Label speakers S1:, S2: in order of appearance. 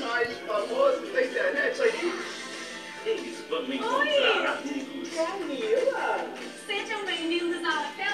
S1: mais famosos da internet aí.
S2: Eles vão
S3: encontrar
S2: amigos.
S1: Camila!
S3: Sejam bem-vindos ao Hotel